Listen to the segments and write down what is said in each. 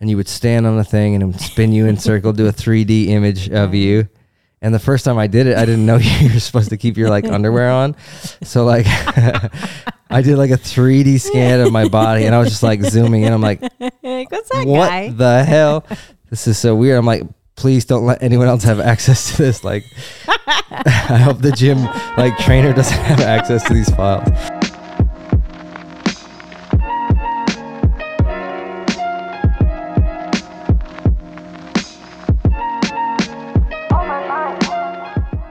and you would stand on a thing and it would spin you in circle, do a 3D image of you. And the first time I did it, I didn't know you were supposed to keep your like underwear on. So like I did like a 3D scan of my body and I was just like zooming in. I'm like, Like, what's that what guy? the hell? This is so weird. I'm like, please don't let anyone else have access to this. Like I hope the gym like trainer doesn't have access to these files.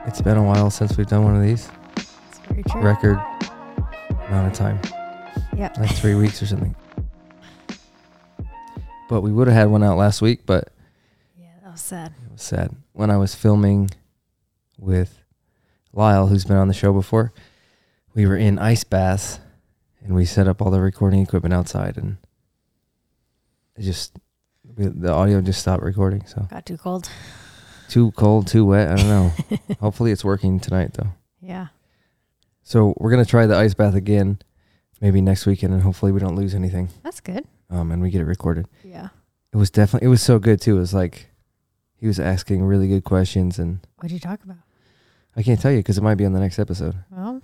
It's been a while since we've done one of these. It's very true. Record amount of time. Yep. Like three weeks or something. But we would have had one out last week, but Yeah, that was sad. was sad when I was filming with Lyle, who's been on the show before. We were in ice baths, and we set up all the recording equipment outside, and it just the audio just stopped recording. So Got too cold. too cold, too wet. I don't know. Hopefully, it's working tonight though. Yeah. So we're gonna try the ice bath again, maybe next weekend, and hopefully we don't lose anything, That's good. um, and we get it recorded. Yeah. It was definitely it was so good too. It was like he was asking really good questions, and What'd you talk about? I can't tell you because it might be on the next episode. Well,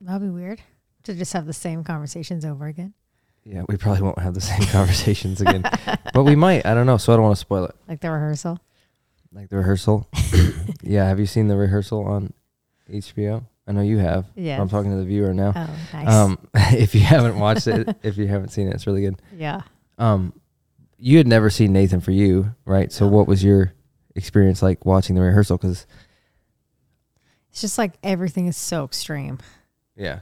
that'll be weird to just have the same conversations over again. Yeah, we probably won't have the same conversations again, but we might. I don't know, so I don't want to spoil it. Like the rehearsal. Like the rehearsal. yeah, have you seen the rehearsal on HBO? I know you have. Yeah. I'm talking to the viewer now. Oh, nice. Um, if you haven't watched it, if you haven't seen it, it's really good. yeah. Um, you had never seen Nathan for you, right? So, No. what was your experience like watching the rehearsal? Because It's just like everything is so extreme. yeah,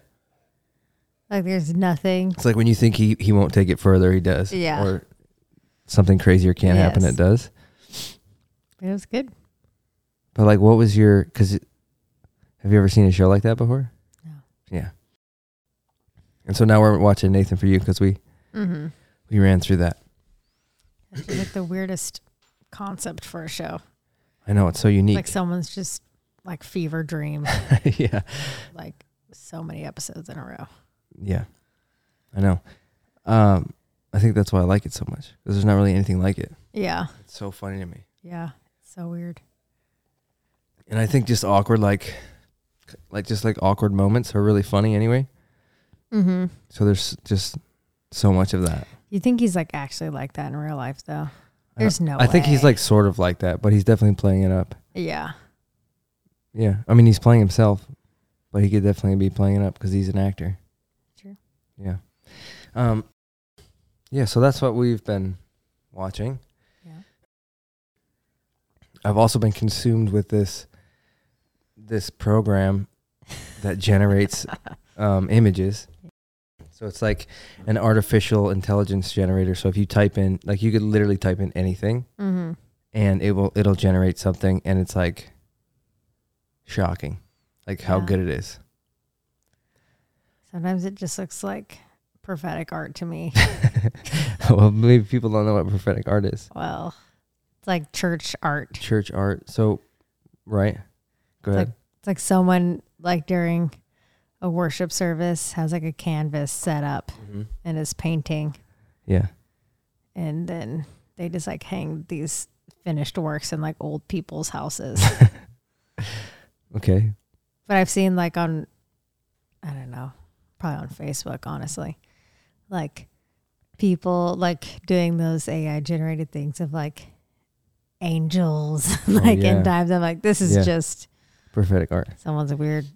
Like there's nothing. it's like when you think he he won't take it further, he does. Yeah. Or something crazier can happen, Yes. it does. It was good. But like, what was your? Because have you ever seen a show like that before? No. Yeah. And so now we're watching Nathan for you because we Mm-hmm. we ran through that. It's just, like the weirdest concept for a show. I know it's so unique. Like someone's just like fever dream, yeah. like so many episodes in a row. Yeah. I know. Um, I think that's why I like it so much because there's not really anything like it. Yeah. It's so funny to me. Yeah. So weird. And I think just awkward like, like just like awkward moments are really funny anyway. Mm-hmm. So there's just so much of that. You think he's like actually like that in real life though? There's no I think he's way. like sort of like that, but he's definitely playing it up. Yeah. Yeah, I mean he's playing himself, but he could definitely be playing it up because he's an actor. True. Yeah. Um. Yeah. So that's what we've been watching. Yeah. I've also been consumed with this this program that generates um, images. So it's like an artificial intelligence generator. So if you type in, like, you could literally type in anything, Mm-hmm. and it will it'll generate something, and it's like shocking, like how Yeah. good it is. Sometimes it just looks like prophetic art to me. well, maybe people don't know what prophetic art is. well, it's like church art. Church art. So, right? Go ahead. It's like someone like during a worship service has like a canvas set up Mhm. and is painting Yeah. and then they just like hang these finished works in like old people's houses. Okay. but I've seen like on I don't know, probably on Facebook, honestly. Like people like doing those AI generated things of like angels like Oh, yeah. in times. I'm like, this is Yeah. just Prophetic art. someone's weird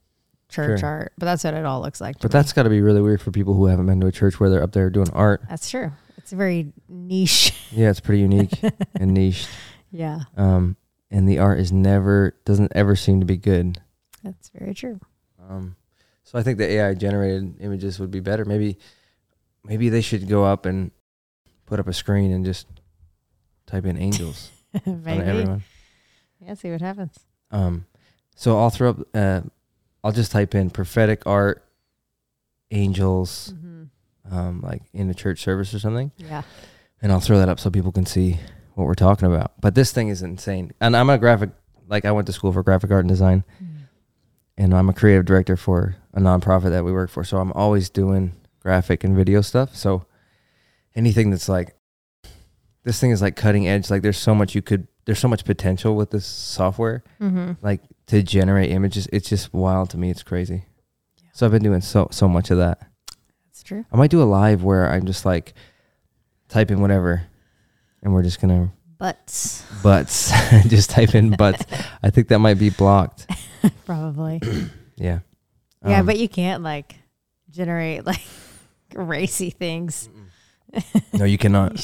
church Sure. art. But that's what it all looks like. to But me. that's got to be really weird for people who haven't been to a church where they're up there doing art. that's true. It's very niche. Yeah, it's pretty unique and niche. yeah. Um, and the art is never doesn't ever seem to be good. That's very true. Um, so I think the AI generated images would be better. Maybe, maybe they should go up and put up a screen and just type in angels on Maybe. everyone. Yeah, see what happens. Um, so I'll throw up. Uh, I'll just type in prophetic art, angels, hmm um, like in a church service or something. Yeah. and I'll throw that up so people can see what we're talking about. But this thing is insane. And I'm a graphic like I went to school for graphic art and design and I'm a creative director for a nonprofit that we work for. So I'm always doing graphic and video stuff. So anything that's like this thing is like cutting edge. Like there's so much you could there's so much potential with this software Mm-hmm. like to generate images. It's just wild to me. It's crazy. Yeah. So I've been doing so so much of that. That's true. I might do a live where I'm just like typing whatever, and we're just gonna But butts. just type in butts. I think that might be blocked. probably. Yeah. yeah, Um, but you can't like generate like racy things. no, you cannot.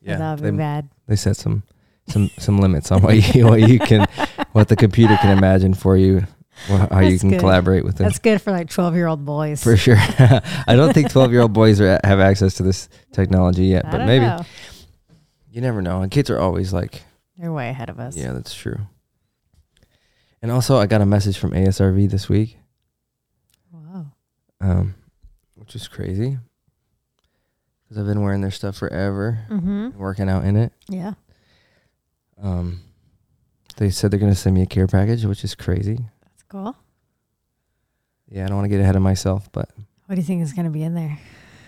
Yeah, Mm, Yeah, that they, would be bad. they set some some some limits on what you what you can what the computer can imagine for you, or how you That's can good. collaborate with them. That's good for like twelve year old boys. for sure. I don't think twelve year old boys are, have access to this technology yet, I but don't maybe know. you never know. And kids are always like, they're way ahead of us. yeah, that's true. And also, I got a message from ASRV this week. Wow. um, which is crazy because I've been wearing their stuff forever, Mm-hmm. and working out in it. Yeah. Um, they said they're gonna send me a care package, which is crazy. That's cool. Yeah, I don't want to get ahead of myself, but What do you think is gonna be in there?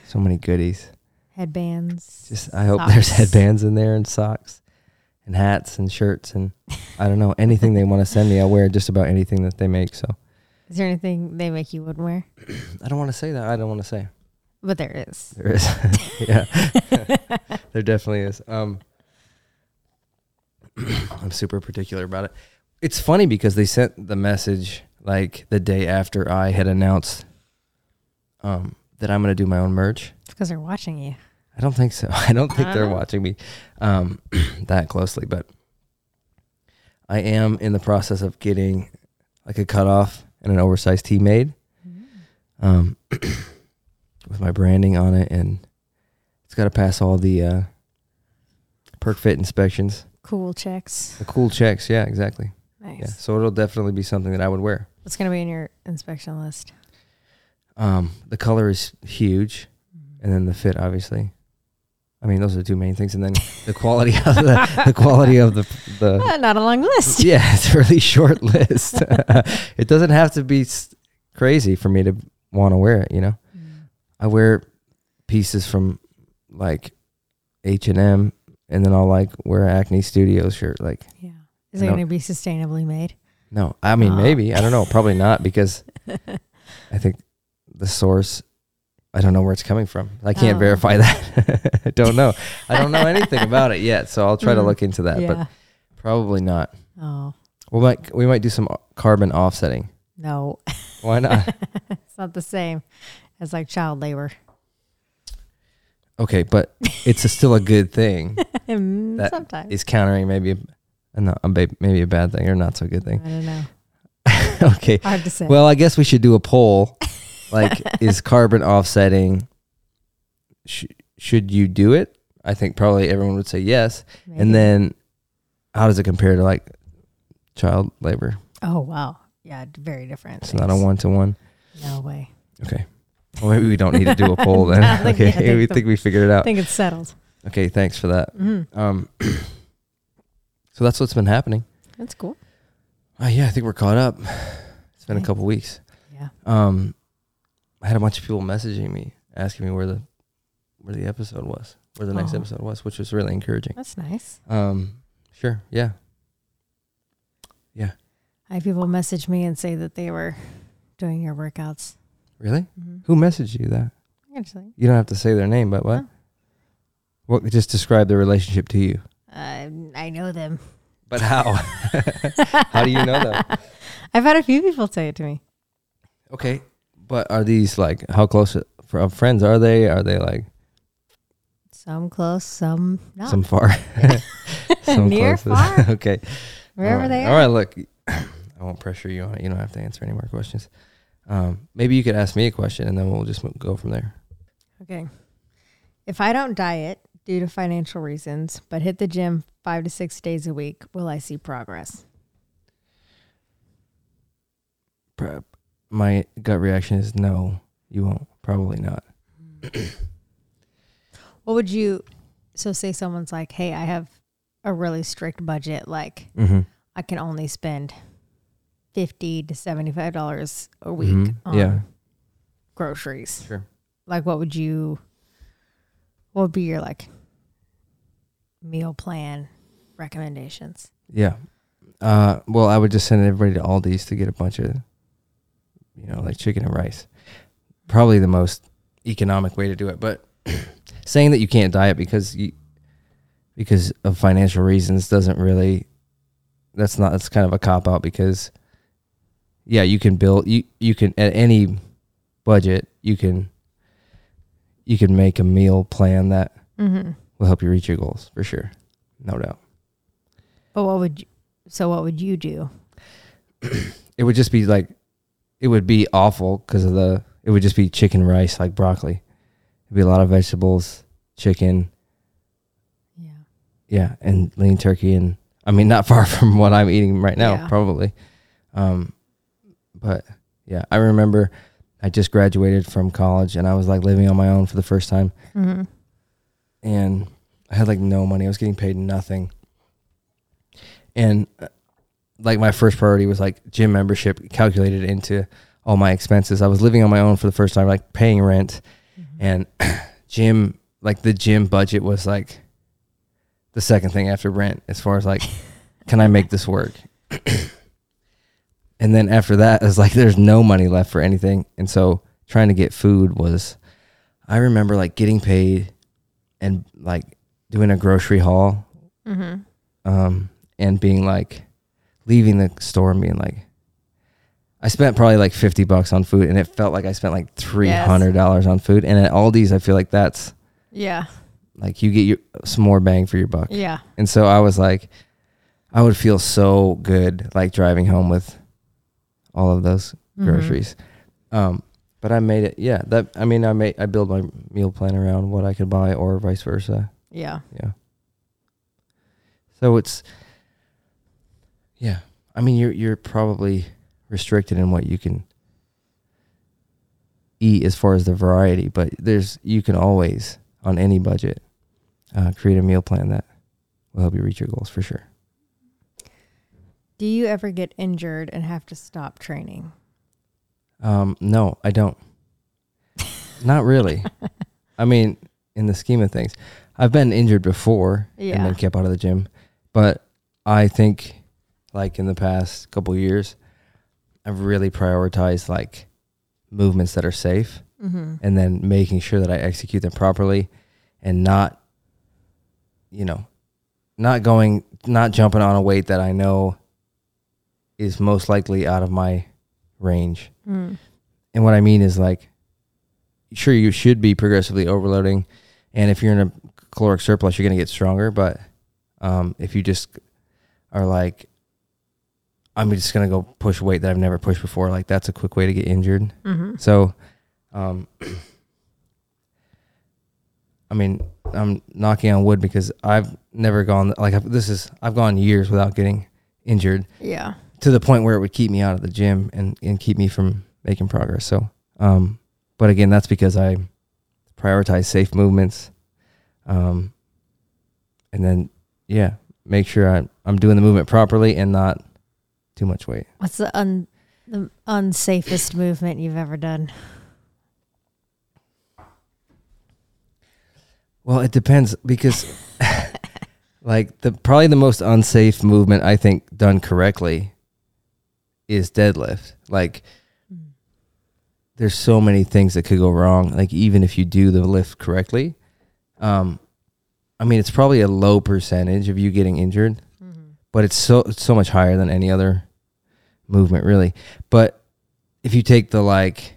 so many goodies. Headbands. Just I hope there's Socks. headbands in there and socks and hats and shirts and I don't know anything they want to send me. I wear just about anything that they make. So Is there anything they make you wouldn't wear? I don't want to say that. I don't want to say But there is. there is. yeah, there definitely is. Um, I'm super particular about it. It's funny because they sent the message like the day after I had announced um, that I'm going to do my own merch. It's because they're watching you. I don't think so. I don't think they're Ah. watching me um, that closely, but I am in the process of getting like a cutoff and an oversized tee made um, with my branding on it, and it's got to pass all the uh, perk fit inspections. Cool checks. The cool checks, yeah, exactly. Nice. Yeah, so it'll definitely be something that I would wear. What's gonna be in your inspection list? Um, the color is huge, and then the fit, obviously. I mean, those are the two main things, and then the quality of the, the quality of the the. Ah, not a long list. Yeah, it's a really short list. it doesn't have to be s- crazy for me to want to wear it. You know. Mm. I wear pieces from like H and M, and then I'll like wear an Acne Studio shirt. Like, Yeah. Is I it don't- gonna be sustainably made? no, I mean Oh. maybe I don't know, probably not because I think the source. I don't know where it's coming from. I can't Oh. verify that. I don't know. I don't know anything about it yet, so I'll try to Mhm. look into that. But yeah. probably not. Oh We might we might do some carbon offsetting. no, Why not? it's not the same as like child labor. okay, but it's a, still a good thing. Mm, That Sometimes It's countering maybe a, no, a ba- maybe a bad thing or not so good thing. I don't know. okay, Hard to say. Well, I guess we should do a poll. Like, is carbon offsetting? Sh- should you do it? I think probably everyone would say yes. Maybe. And then, how does it compare to like child labor? oh wow, yeah, d- very different. It's not a things. one to one. No way. Okay. Well, maybe we don't need to do a poll then. No, I think- okay, I think we the- think we figured it I out. think it's settled. Okay, thanks for that. Mm, Um, so that's what's been happening. that's cool. Oh yeah, I think we're caught up. It's been a Nice. couple weeks. Yeah. Um, I had a bunch of people messaging me asking me where the where the episode was, where the next Oh. episode was, which was really encouraging. That's nice. Um, sure, yeah, I have people message me and say that they were doing your workouts. really. Mhm. Who messaged you that? Actually, You don't have to say their name, but what? Huh? What? Just describe their relationship to you. uh, I know them. But how? how do you know that? I've had a few people say it to me. Okay, but are these like how close for, of friends are they? Are they like Some close, some not. some far, some Near, close? far. okay. Wherever All right. they Um, All are. right, look, I won't pressure you on it. You don't have to answer any more questions. Um, maybe you could ask me a question, and then we'll just mo- go from there. Okay. If I don't diet due to financial reasons, but hit the gym five to six days a week, will I see progress? Prob- My gut reaction is no, you won't. Probably not. What would you so say someone's like, hey, I have a really strict budget, like Mm-hmm. I can only spend fifty to seventy five dollars a week Mhm. on Yeah. groceries. Sure. Like what would you what would be your like meal plan recommendations. Yeah. Uh, well, I would just send everybody to Aldi's to get a bunch of, you know, like chicken and rice. Probably the most economic way to do it. But saying that you can't diet because you because of financial reasons doesn't really. That's not. That's kind of a cop out because, yeah, you can build. You you can at any budget you can. You can make a meal plan that Mm-hmm. will help you reach your goals for sure, no doubt. But what would you, so what would you do? it would just be like it would be awful because of the it would just be chicken rice like broccoli it'd be a lot of vegetables chicken Yeah. yeah and lean turkey and i mean not far from what i'm eating right now Yeah. probably um but yeah i remember i just graduated from college and i was like living on my own for the first time Mm-hmm. and I had like no money. I was getting paid nothing. And uh, like my first priority was like gym membership calculated into all my expenses. I was living on my own for the first time, like paying rent and gym, like the gym budget was like the second thing after rent as far as like, can I make this work? and then after that, it's like there's no money left for anything. And so trying to get food was, I remember like getting paid and like doing a grocery haul Mm-hmm. um, and being like leaving the store and being like I spent probably like 50 bucks on food and it felt like I spent like $300 on food and at Aldi's I feel like that's Yeah. like you get your, some more bang for your buck. Yeah. And so I was like I would feel so good like driving home with all of those Mhm. groceries. Um but I made it yeah, that I mean I made I build my meal plan around what I could buy or vice versa. Yeah. Yeah. So it's yeah. I mean you're you're probably restricted in what you can eat as far as the variety, but there's you can always on any budget uh, create a meal plan that will help you reach your goals for sure. Do you ever get injured and have to stop training? Um, no, I don't. Not really. I mean, in the scheme of things, I've been injured before and Yeah. then kept out of the gym, but I think, like in the past couple years, I've really prioritized like movements that are safe Mm-hmm. and then making sure that I execute them properly and not, you know, not going, not jumping on a weight that I know is most likely out of my range. Mm. And what I mean is like, sure, you should be progressively overloading, and if you're in a caloric surplus, you're going to get stronger. But um, if you just are like, I'm just going to go push weight that I've never pushed before, like that's a quick way to get injured. Mm-hmm. So, um, I mean, I'm knocking on wood because I've never gone like I've, this is I've gone years without getting injured Yeah. to the point where it would keep me out of the gym and, and keep me from making progress. So, um, but again, that's because I prioritize safe movements. Um, and then, yeah, make sure I, I'm doing the movement properly and not too much weight. What's the un the unsafest movement you've ever done? Well, it depends because, like, the probably the most unsafe movement I think done correctly is deadlift. Like, there's so many things that could go wrong. Like even if you do the lift correctly, um, I mean it's probably a low percentage of you getting injured, Mm-hmm. but it's so it's so much higher than any other movement really. But if you take the like,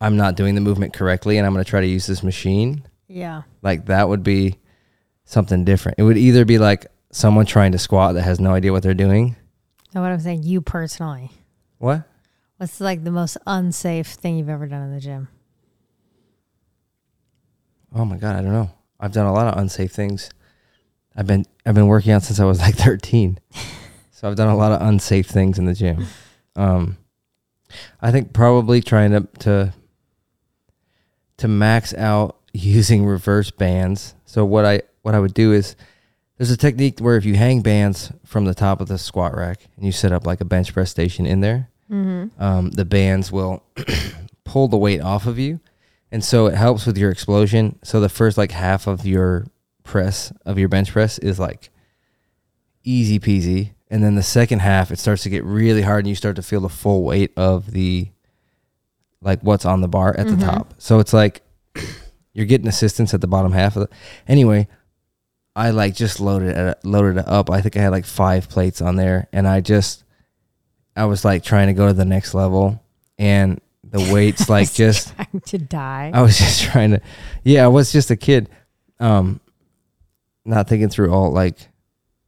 I'm not doing the movement correctly, and I'm going to try to use this machine, Yeah. like that would be something different. It would either be like someone trying to squat that has no idea what they're doing. No, what I'm saying, you personally. What? What's like the most unsafe thing you've ever done in the gym? Oh my god, I don't know. I've done a lot of unsafe things. I've been I've been working out since I was like 13. so I've done a lot of unsafe things in the gym. Um I think probably trying to to to max out using reverse bands. So what I what I would do is there's a technique where if you hang bands from the top of the squat rack and you set up like a bench press station in there, Mm-hmm. um, the bands will pull the weight off of you and so it helps with your explosion so the first like half of your press of your bench press is like easy peasy. And then the second half, it starts to get really hard and you start to feel the full weight of the, like what's on the bar at Mhm. the top. So it's like you're getting assistance at the bottom half of the. Anyway, I like just loaded it, loaded it up. I think I had like five plates on there and I just, I was like trying to go to the next level and the weights like just trying to die. I was just trying to, yeah, I was just a kid, um, not thinking through all like,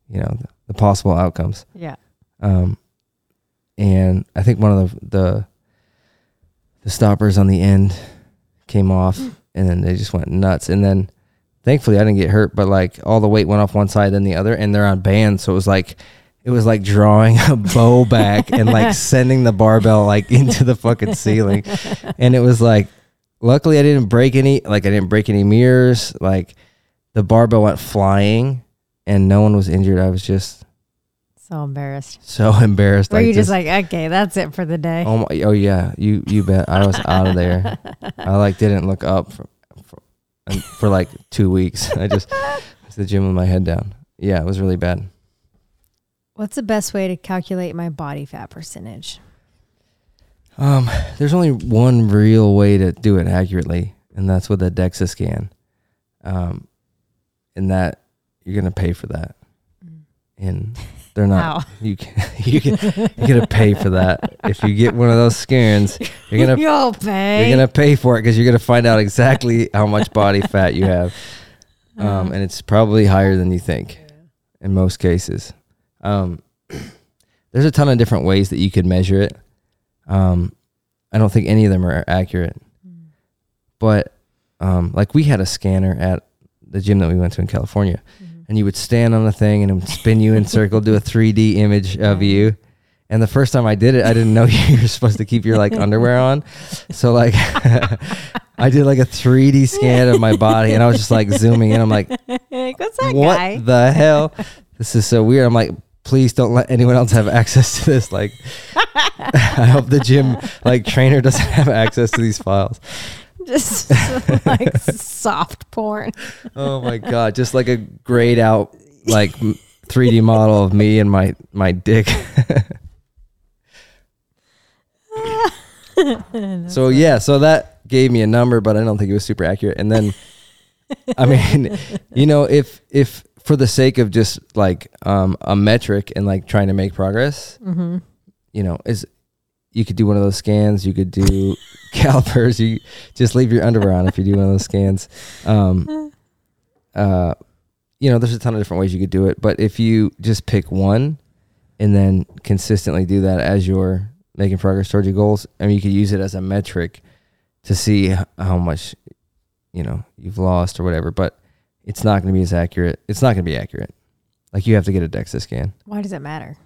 you know, the, possible outcomes. yeah. Um, and I think one of the the the stoppers on the end came off, and then they just went nuts. And then, thankfully, I didn't get hurt, but like all the weight went off one side, then the other, and they're on band, so it was like. It was like drawing a bow back and like sending the barbell like into the fucking ceiling. And it was like luckily I didn't break any like I didn't break any mirrors. Like the barbell went flying and no one was injured. I was just So embarrassed. so embarrassed. Were I you just like, okay, that's it for the day? oh, my, oh yeah, you you bet. I was out of there. I like didn't look up for for, and for like two weeks. I just was at the gym with my head down. Yeah, it was really bad. What's the best way to calculate my body fat percentage? Um, there's only one real way to do it accurately, and that's with a DEXA scan. Um, and that you're gonna pay for that, and they're not. Wow. You can you can you're gonna pay for that if you get one of those scans. You're gonna You'll pay. you're gonna pay for it because you're gonna find out exactly how much body fat you have, um, and it's probably higher than you Mm-hmm. think in most cases. Um, there's a ton of different ways that you could measure it. Um, I don't think any of them are accurate, but um, like we had a scanner at the gym that we went to in California, and you would stand on the thing and it would spin you in circle, do a 3D image of Right. you. And the first time I did it, I didn't know you were supposed to keep your like underwear on. So like I did like a 3D scan of my body and I was just like zooming in. I'm like, Like, Mm-hmm. What's that what guy? the hell? This is so weird. I'm like, please don't let anyone else have access to this. Like, I hope the gym like trainer doesn't have access to these files. Just like soft porn. Oh my god, just like a grayed out like m- 3D model of me and my my dick. so yeah, so that gave me a number, but I don't think it was super accurate. And then, I mean, you know, if if for the sake of just like um, a metric and like trying to make progress, Mm-hmm. you know, is you could do one of those scans. You could do calipers. You just leave your underwear on if you do one of those scans. Um, uh, you know, there's a ton of different ways you could do it, but if you just pick one and then consistently do that as you're making progress towards your goals, I mean, you could use it as a metric to see h- how much you know you've lost or whatever. But it's not going to be as accurate. It's not going to be accurate. Like you have to get a DEXA scan. Why does it matter?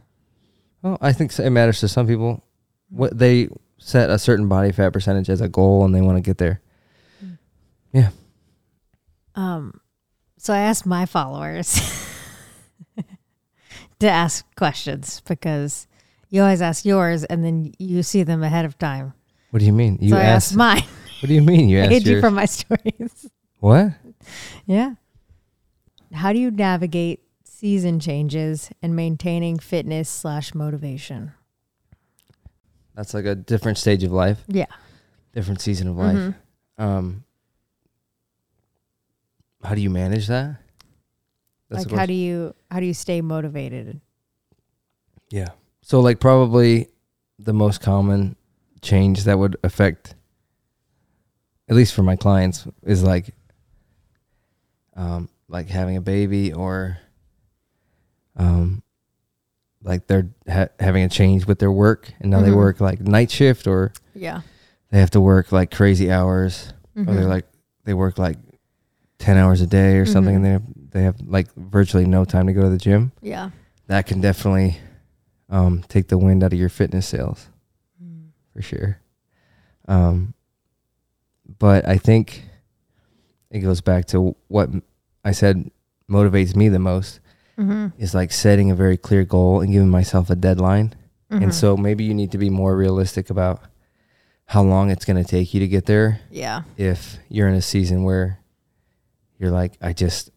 Well, I think so- it matters to some people. What they set a certain body fat percentage as a goal, and they want to get there. Um, so I asked my followers to ask questions because you always ask yours and then you see them ahead of time. What do you mean? You so I asked. asked mine. what do you mean? You I hid asked you your, from my stories. what? yeah. How do you navigate season changes and maintaining fitness slash motivation? That's like a different stage of life, Yeah. different season of life. Mhm. Um, how do you manage that? the like how do you how do you stay motivated? Yeah. So like probably the most common change that would affect at least for my clients is like um like having a baby or um like they're ha- having a change with their work and now they Mhm. work like night shift or Yeah. they have to work like crazy hours or Oh, Mm-hmm. they're like they work like 10 hours a day or something Mhm. and they have, they have like virtually no time to go to the gym yeah. that can definitely um, take the wind out of your fitness sales Mm-hmm. for sure. Um, but I think it goes back to what m- I said motivates me the most Mm-hmm. is like setting a very clear goal and giving myself a deadline. Mm-hmm. And so maybe you need to be more realistic about how long it's going to take you to get there yeah. if you're in a season where you're like, I just,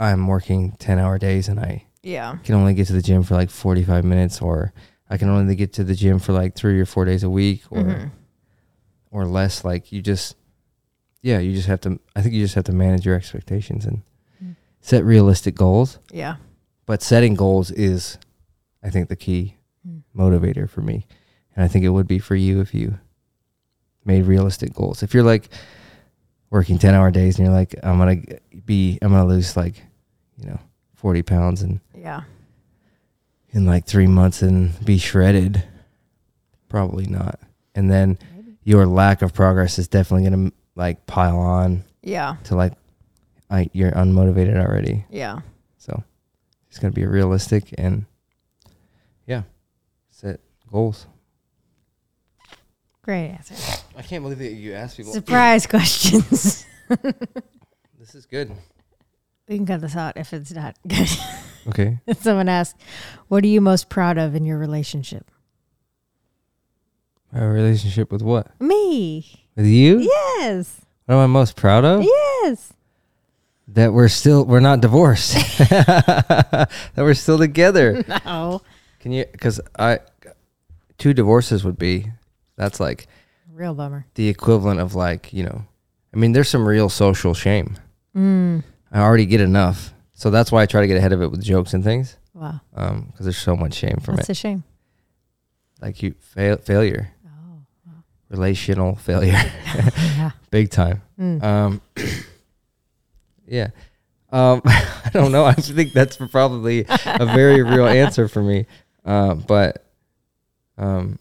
I'm working 10 hour days and I Yeah. can only get to the gym for like 45 minutes or I can only get to the gym for like three or four days a week or, Mhm. or less. Like you just, yeah, you just have to, I think you just have to manage your expectations and Mm. set realistic goals. Yeah. But setting goals is, I think, the key Mm. motivator for me. And I think it would be for you if you made realistic goals. If you're like working 10 hour days and you're like, I'm going to be, I'm going to lose like, you know, 40 pounds and Yeah. in like three months and be shredded? Probably not. And then your lack of progress is definitely going to like pile on Yeah. to like I, you're unmotivated already. Yeah. So it's going to be realistic and yeah, set goals. Great answer. I can't believe that you asked people. Surprise questions. This is good. We can cut this out if it's not good. Okay. Someone asked, "What are you most proud of in your relationship?" My relationship with what? Me. With you? Yes. What am I most proud of? Yes. That we're still, we're not divorced. that we're still together. No. Can you? Because I, two divorces would be, that's like Real bummer. the equivalent of like you know, I mean, there's some real social shame. Mm. I already get enough, so that's why I try to get ahead of it with jokes and things, Wow. because there's so much shame from That's it. a shame. Like you fail, failure, Oh. Wow. relational failure, yeah. big time. Mm. Um, yeah. Um, I don't know. I think that's probably a very real answer for me. Uh, but um,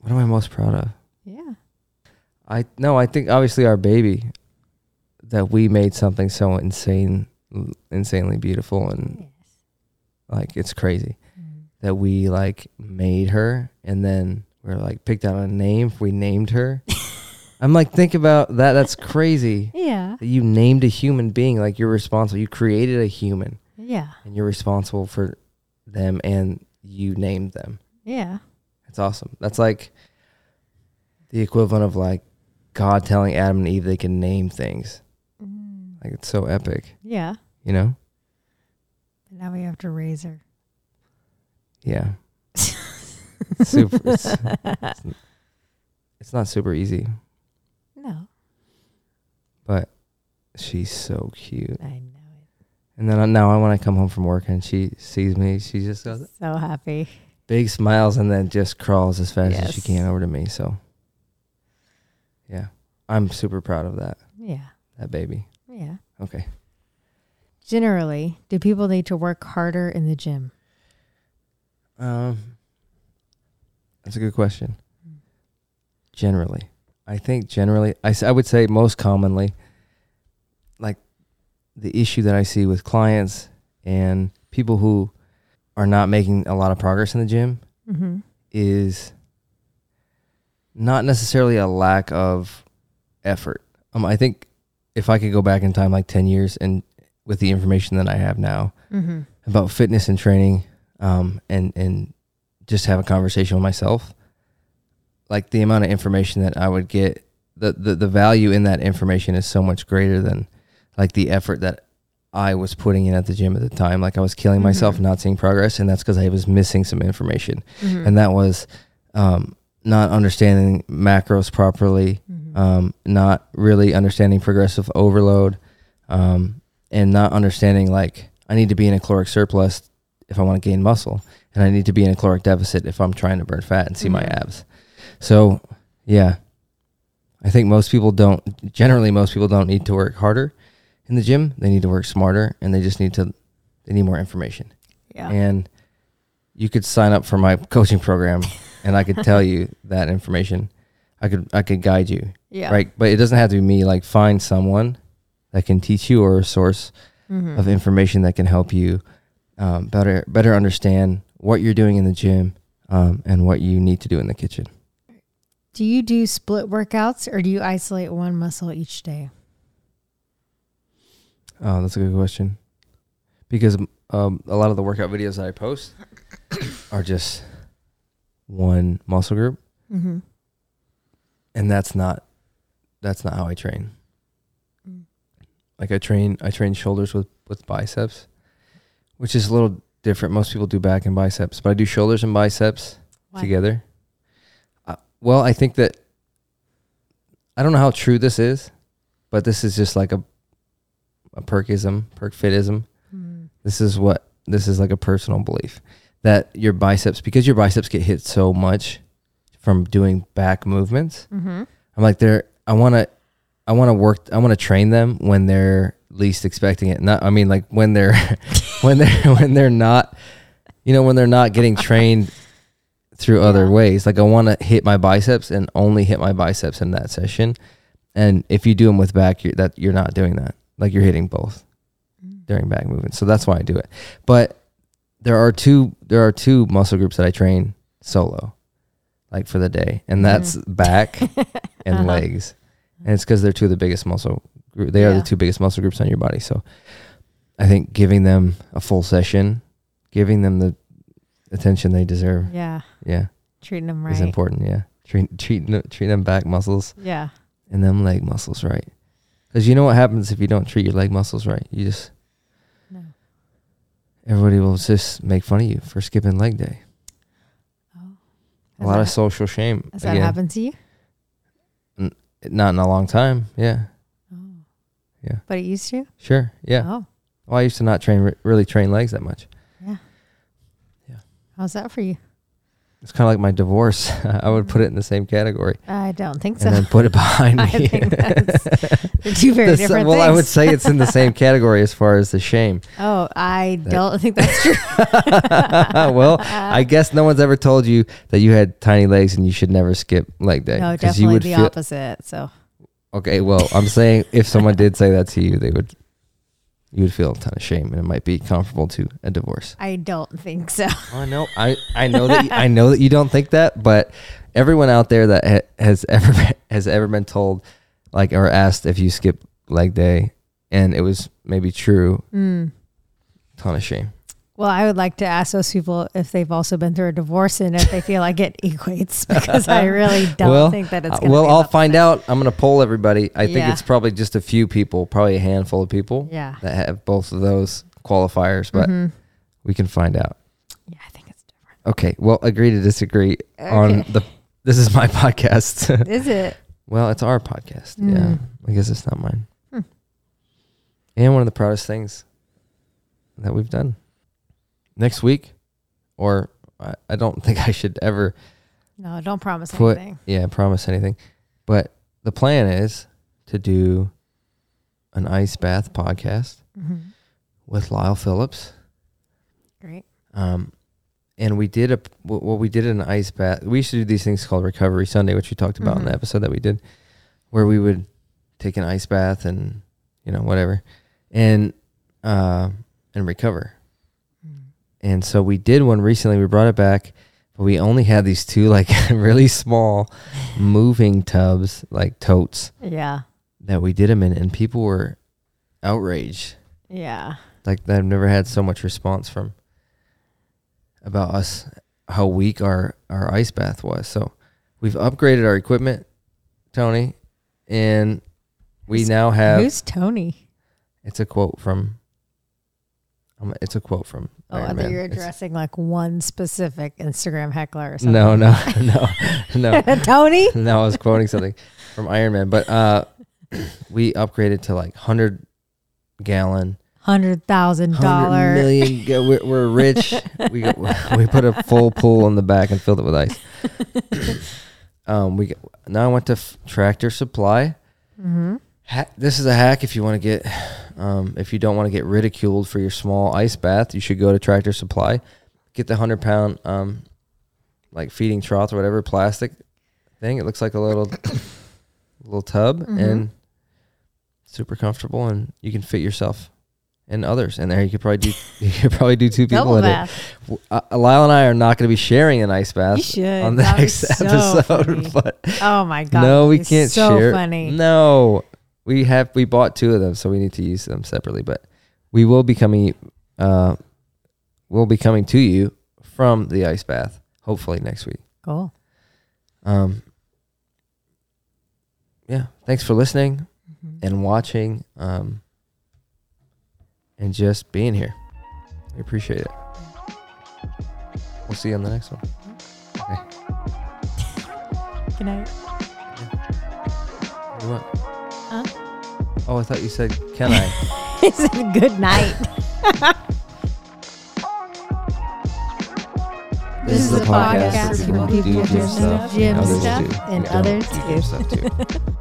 what am I most proud of? yeah. I no, I think obviously our baby that we made something so insane, insanely beautiful, and Yes. like it's crazy Mm. that we like made her, and then we're like picked out a name. We named her. I'm like, think about that. That's crazy. Yeah. That you named a human being. Like you're responsible. You created a human, Yeah. and you're responsible for them, and you named them. Yeah. That's awesome. That's like the equivalent of like God telling Adam and Eve they can name things. Mm. Like it's so epic, Yeah. you know? But now we have to raise her. Yeah. super. It's, it's, it's not super easy, No. but she's so cute. I know And then I- now when I come home from work and she sees me, she just goes it. So happy. big smiles and then just crawls as fast as she Yes. can over to me. So, yeah, I'm super proud of that Yeah. that baby. Yeah. Okay. Generally, do people need to work harder in the gym? Um, that's a good question. Mm. Generally, I think generally, I, s- I would say most commonly, like the issue that I see with clients and people who are not making a lot of progress in the gym Mm-hmm. is not necessarily a lack of effort. Um, I think if I could go back in time like 10 years and with the information that I have now, Mm-hmm. about fitness and training um, and and just have a conversation with myself like the amount of information that i would get the, the the value in that information is so much greater than like the effort that i was putting in at the gym at the time like i was killing myself Mhm. not seeing progress and that's because i was missing some information Mm-hmm. and that was um, not understanding macros properly mm-hmm. um, not really understanding progressive overload, um, and not understanding like I need to be in a caloric surplus if I want to gain muscle, and I need to be in a caloric deficit if I'm trying to burn fat and see my Mhm. abs. So, yeah, I think most people don't. Generally, most people don't need to work harder in the gym. They need to work smarter, and they just need to. They need more information. yeah. And you could sign up for my coaching program, and I could tell you that information. I could I could guide you yeah. right but it doesn't have to be me like find someone that can teach you or a source Mm-hmm. of information that can help you um, better better understand what you're doing in the gym um, and what you need to do in the kitchen Do you do split workouts or do you isolate one muscle each day? oh that's a good question because um, a lot of the workout videos that i post are just one muscle group Mm-hmm. and that's not that's not how i train Mm. like i train i train shoulders with with biceps, which is a little different. Most people do back and biceps, but I do shoulders and biceps Why? together. Uh, well, I think that I don't know how true this is, but this is just like a a perkism, perk fitism. Hmm. This is what this is like a personal belief that your biceps because your biceps get hit so much from doing back movements. Mm-hmm. I'm like they're I want to I want to work I want to train them when they're least expecting it. Not I mean like when they're when they're when they're not you know when they're not getting trained through other Yeah. ways. Like I want to hit my biceps and only hit my biceps in that session. And if you do them with back, you're, that you're not doing that. Like you're hitting both Mm-hmm. during back movement. So that's why I do it. But there are two there are two muscle groups that I train solo, like for the day, and that's back and Mm-hmm. Uh-huh. legs, and it's because they're two of the biggest muscle. Group. They are Yeah. the two biggest muscle groups on your body. So I think giving them a full session, giving them the attention they deserve, Yeah, yeah, treating them is right. important. Yeah, treat treat treat them back muscles Yeah, and them leg muscles right. Because you know what happens if you don't treat your leg muscles right? You just no. everybody will just make fun of you for skipping leg day. Oh. A Has lot that, of social shame. has that again. happened to you? Not in a long time. Yeah, Oh. Yeah. But it used to. sure. Yeah. Oh, Well, I used to not train really train legs that much. how's that for you? It's kind of like my divorce. I would put it in the same category I don't think so. and then put it behind me. I think that's they're two very The s- different well, things. I would say it's in the same category as far as the shame. oh, I don't think that's true. well, Uh. I guess no one's ever told you that you had tiny legs and you should never skip leg day. no, 'cause definitely you would the feel- opposite. So Okay, well, I'm saying if someone did say that to you, they would you would feel a ton of shame, and it might be comparable to a divorce. I don't think so. I know, I I know that I know that you don't think that, but everyone out there that ha- has ever been, has ever been told, like or asked if you skip leg day, and it was maybe true, Mm. ton of shame. Well, I would like to ask those people if they've also been through a divorce and if they feel like it equates because I really don't Well, think that it's Uh, going to well, be I'll about the find same. out. I'm gonna poll everybody. I think Yeah. it's probably just a few people, probably a handful of people Yeah. that have both of those qualifiers, but Mhm. we can find out. Yeah, I think it's different. Okay. Well, agree to disagree on Okay. the. This is my podcast. Is it? well, it's our podcast. Yeah. Mm. I guess it's not mine. Hmm. And one of the proudest things that we've done. Next week, or I, I don't think I should ever, No, don't promise Put- anything. yeah, promise anything. But the plan is to do an ice bath podcast Mhm. with Lyle Phillips. Great. Um, and we did a wh- what we did in an ice bath. We used to do these things called Recovery Sunday, which we talked about in Mhm. the episode that we did, where we would take an ice bath and you know whatever, and uh, and recover. Mm. And so we did one recently. We brought it back, but we only had these two like really small moving tubs, like totes, Yeah. that we did them in, and people were outraged. Yeah. like I've never had so much response from about us how weak our our ice bath was. So we've upgraded our equipment, Tony, and we Who's- now have Who's Tony? it's a quote from um, it's a quote from Oh, Iron I Man. thought you were It's- addressing like one specific Instagram heckler or something. No, no, no, no. Tony? no, I was quoting something from Iron Man, but uh we upgraded to like 100 gallon Hundred thousand Hundred dollar. million ga- We're, we're rich. we got, we put a full pool in the back and filled it with ice. um, we got, now I went to F- Tractor Supply. Mm-hmm. Ha- this is a hack if you want to get, um, if you don't want to get ridiculed for your small ice bath, you should go to Tractor Supply, get the hundred pound, um, like feeding trough or whatever plastic thing. It looks like a little, little tub Mhm. and super comfortable, and you can fit yourself and others in there. You could probably do, you could probably do two people Double in it. bath. W- Uh, Lyle and I are not going to be sharing an ice bath You should. on the That would be next so funny. episode, but Oh my god. no, we it's can't so share. funny. No, we have we bought two of them, so we need to use them separately. But we will be coming, uh, will be coming to you from the ice bath hopefully next week. Cool. Um, yeah, thanks for listening Mhm. and watching. Um, and just being here. We appreciate it. We'll see you on the next one. Okay. Good night. What do you want? Huh? Oh, I thought you said, can I? He said good night. This is a podcast for people who do gym stuff and others Gym stuff do. and don't others do too. gym stuff too.